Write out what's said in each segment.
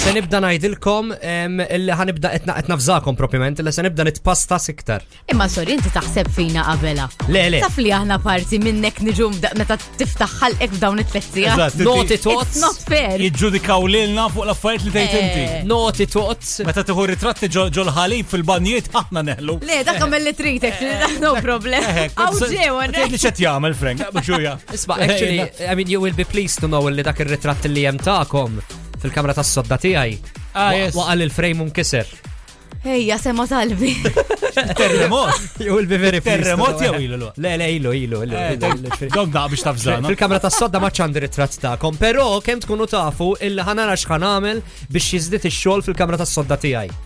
Se nibda ngħidilkom em, illi ħanibda qed naqgħed nafżakom propjament, illi se nibda nitpastas iktar. Imma sorry, inti taħseb fina qabela. Le, le. Taf li aħna parti minnek niġu mda- meta tiftaħ ħalqek f'dawn it-tletzija. Eżatt. Noti It's not tots, fair. Jiġġudikaw lilna fuq l-affarijiet li tgħid inti. Eh. noti tots. Meta tieħu ritratti ġol ħalib fil-banjiet aħna neħlu. Eh, Le, Eh. dak għamel li tritek, no problem. Aw ġew, Tgħid li xed jagħmel Frank, Eh, daqqa ġuja. Isma, actually, I mean, you will be pleased to know illi dak ir-ritratt li hemm tagħkom fil-kamra tas-sodda tiegħi. Ah, yes. Waqal il-frame unkiser. Ejja, sema talbi. eh, Terremot. You will be very pleased. Ah, to Terremot know. jew ilu l-għu? Le, le, ilu, ilu, ilu, Eh, ilu. ilu, fil- Dom daq biex tafżana. Fil-kamra tas-sodda ma ċandi ritratt tagħkom, però kemm tkunu tafu illi ħanara x'ħan għamel biex jiżdied ix-xogħol fil-kamra tas-sodda tiegħi.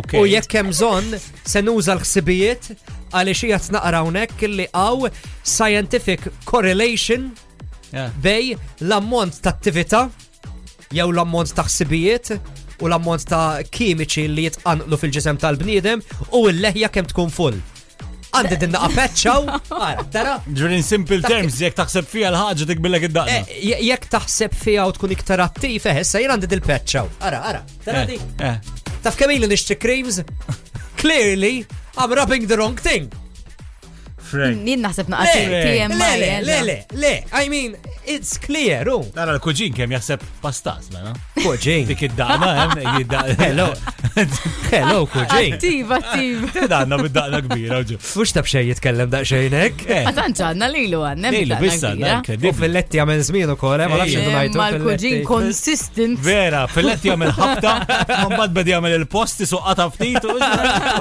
U jekk hemm bżonn se nuża l-ħsibijiet għaliex hija tnaqra hawnhekk li hawn scientific correlation Eh. bej l-ammont ta' attività jew l-ammont ta' ħsibijiet u l-ammont ta' kimiċi li jitqanqlu fil-ġisem tal-bniedem u l-leħja kemm tkun full. Għandi din naqapeċċaw, għara, tara? Ġurin simple Dak- terms, jekk taħseb fija l-ħagġa tikbillek Eh, id-daqna. je- Jekk taħseb fija u tkun iktar attiv, eh, issa jien għandi dil-peċċaw. Ara, ara, tara di. Eh, Taf kemm ili nixtri creams? Clearly, I'm rubbing the wrong thing. Frank. Jien naħseb Le, naqasik le, TMI. Le, eh, le, le, eżatt. le, le, I mean, it's clear, Oh, u. Nara l-kuġin kem jaħseb pastas, mena. Kuġin. Dik id-daqna, Hello. id-daqna. Hello, kuġin. Attiv, attiv. Eh. Id-daqna bid-daqna kbira, ġu. Mux tab xej jitkellem daqxejnek. Għatanċa, għanna lilu għanna. Eh, Nejlu, bissa, U dak, fil-letti għamen zmin u kol, eh, ma nafx intu najtu. Mal-kuġin consistent. Vera, fil-let jgħamil ħabta, mbad bad jgħamil il-posti suqqata ftit, u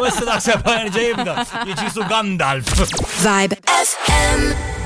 issa daħseb ħarġa jibda, jġisu Gandalf. Vibe FM.